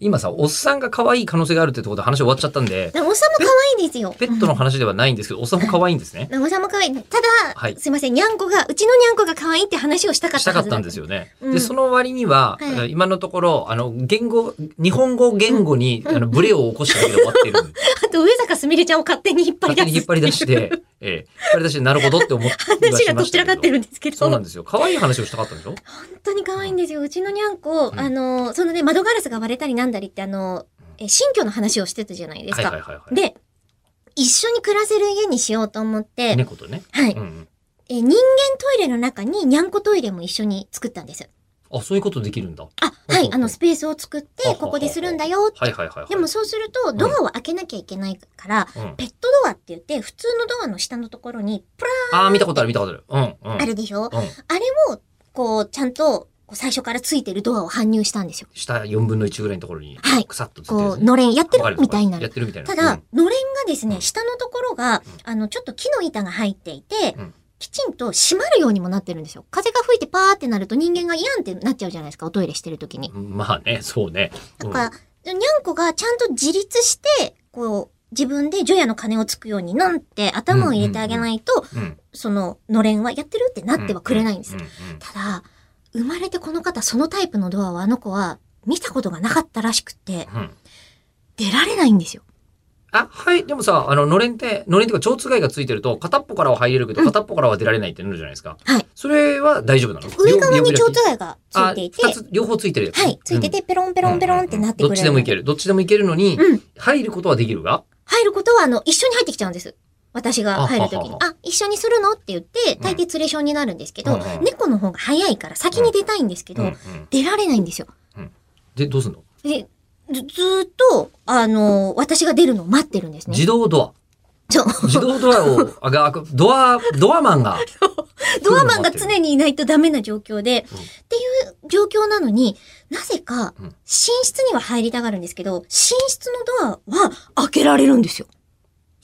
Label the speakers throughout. Speaker 1: 今さ、おっさんが可愛い可能性があるってところで話終わっちゃったんで、
Speaker 2: でもおっさんも可愛いですよ。
Speaker 1: ペットの話ではないんですけど、おっさんも可愛いん ですね。
Speaker 2: おっさんも可愛い。ただ、
Speaker 1: はい
Speaker 2: すいません、にゃんこが、うちのにゃんこが可愛いって話をしたかっ
Speaker 1: したたか
Speaker 2: はず
Speaker 1: ったんですよね。
Speaker 2: うん
Speaker 1: で、その割には、
Speaker 2: はい
Speaker 1: えー今のところ、あの、言語、日本語言語に、あの、ブレを起こしただけで終わってる。
Speaker 2: あと、上坂すみれちゃんを勝手に引っ張
Speaker 1: 勝
Speaker 2: り出
Speaker 1: 手
Speaker 2: す。
Speaker 1: に引っ張り出し。て、ええ引っ張り出して、なるほどって思って
Speaker 2: 話がどちらかってるんですけど。
Speaker 1: そうなん
Speaker 2: 本
Speaker 1: ですよ。可愛い話をしたかったんでしょ
Speaker 2: 当に可愛いんですよ。うちのにゃんこ、
Speaker 1: うん
Speaker 2: あの、そのね、窓ガラスが割れたりなんだりって、あの、え新居の話をしてたじゃないです
Speaker 1: は
Speaker 2: か。
Speaker 1: いはいはいはい。
Speaker 2: で、一緒に暮らせる家にしようと思って、
Speaker 1: 猫とね。
Speaker 2: はい、
Speaker 1: うんうん。
Speaker 2: え。人間トイレの中ににゃんこトイレも一緒に作ったんです。
Speaker 1: あ、そういうことできるんだ。
Speaker 2: あ、
Speaker 1: ほう
Speaker 2: は
Speaker 1: ほう
Speaker 2: い、あの、スペースを作って
Speaker 1: はは、は
Speaker 2: ここでするんだよって。
Speaker 1: はいはいはいはい。
Speaker 2: でも、そうすると、ドアを開けなきゃいけないから、
Speaker 1: うん、
Speaker 2: ペットドアって言って、普通のドアの下のところに、プラ
Speaker 1: ああ、見たことある見たことある。うんうん。
Speaker 2: ーあるでし
Speaker 1: う
Speaker 2: ょ、
Speaker 1: ん。
Speaker 2: あれを、こう、ちゃんと、こう最初からついてるドアを搬入したんですよ。
Speaker 1: 下4分の1ぐらいのところに
Speaker 2: はい、
Speaker 1: くさっとついてるや
Speaker 2: こ
Speaker 1: つ
Speaker 2: う、
Speaker 1: ね。
Speaker 2: のれんやって
Speaker 1: わか
Speaker 2: る
Speaker 1: る
Speaker 2: みたいにな
Speaker 1: わかるやっ
Speaker 2: る。
Speaker 1: てるみたいな。
Speaker 2: ただ、のれんがです
Speaker 1: うん
Speaker 2: ね、下のところが、あの、ちょっと木の板が入っていて
Speaker 1: うん、
Speaker 2: きちんと閉まるようにもなってるんですよ。風が吹いてパーってなると人間が嫌んってなっちゃうじゃないですか、おトイレしてる時に。
Speaker 1: うん、まあね、そうね。
Speaker 2: だから、にゃんこがちゃんと自立して、こう、自分で除夜の鐘をつくようになんて頭を入れてあげないと、
Speaker 1: うん。うん
Speaker 2: その、のれんはやってるってなってはくれないんです
Speaker 1: う
Speaker 2: よ。
Speaker 1: んうん
Speaker 2: ただ、生まれてこの方、そのタイプのドアをあの子は見たことがなかったらしくて、
Speaker 1: うん
Speaker 2: 出られないんですよ。
Speaker 1: あ、はい。でもさ、あの、のれんって、のれんっていうか、蝶番がついてると、片っぽからは入れるけど、片っぽからは出られないってなるじゃないですか。
Speaker 2: はい。
Speaker 1: それは大丈夫なの
Speaker 2: 上側に蝶
Speaker 1: が
Speaker 2: 番がついていて、
Speaker 1: あ、二つ、両方ついてるやつ。
Speaker 2: はい、ついて
Speaker 1: うん、
Speaker 2: て、ペロンペロンペロンってなって
Speaker 1: うん
Speaker 2: くれる。
Speaker 1: どっちでもいける。どっちでもいけるのに、
Speaker 2: うん。
Speaker 1: 入ることはできるが
Speaker 2: 入ることは、あの、一緒に入ってきちゃうんです。私が入るときに
Speaker 1: あは。
Speaker 2: あ、一緒にするのって言って、大抵連れションになるんですけど、
Speaker 1: うんうん
Speaker 2: 猫の方が早いから先に出たいんですけど、
Speaker 1: うんうん
Speaker 2: 出られないんですよ。
Speaker 1: で、どうすんの
Speaker 2: で、ずずーっと、あの私が出るのを待ってるんですね。
Speaker 1: 自動ド
Speaker 2: そう。
Speaker 1: ア。自動ドアを、あが、あドア、ドアマン が。
Speaker 2: ドアマンが常にいないとダメな状況で、
Speaker 1: うん
Speaker 2: っていう状況なのに、なぜか
Speaker 1: うん、
Speaker 2: 寝室には入りたがるんですけど、寝室のドアは開けられるんですよ。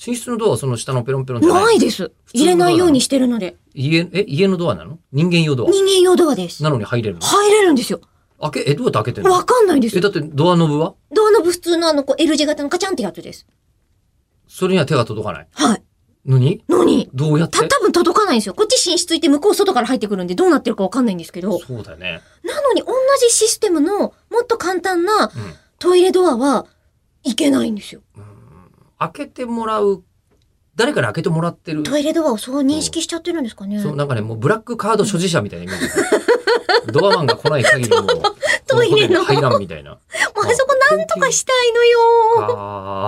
Speaker 1: 寝室のドアはその下のペロンペロンじゃない
Speaker 2: ないです。入れないようにしてるので。
Speaker 1: 家、え、家のドアなの人間用ドア。
Speaker 2: 人間用ドアです。
Speaker 1: なのに入れるの
Speaker 2: 入れるんですよ。
Speaker 1: 開け、え、どうやって開けてんの
Speaker 2: わかんないです
Speaker 1: え、。だってドアノブは
Speaker 2: ドアノブ普通のあの、こう L 字型のカチャンってやつです。
Speaker 1: それには手が届かない。
Speaker 2: はい。
Speaker 1: のに
Speaker 2: 何
Speaker 1: どうやって
Speaker 2: た、多分届かないんですよ。こっち寝室行って向こう外から入ってくるんでどうなってるかわかんないんですけど。
Speaker 1: そうだよね。
Speaker 2: なのに同じシステムのもっと簡単
Speaker 1: う
Speaker 2: な
Speaker 1: ん
Speaker 2: トイレドアはいけないんですよ。
Speaker 1: 開けてもらう、誰から開けてもらってる。
Speaker 2: トイレドアをそう認識しちゃってるんですかね。
Speaker 1: そう、なんかね、もうブラックカード所持者みたいなイメージ。ドアマンが来ない限りもう、
Speaker 2: トイレの
Speaker 1: ここで入らんみたいな。
Speaker 2: もうあそこなんとかしたいのよ
Speaker 1: あ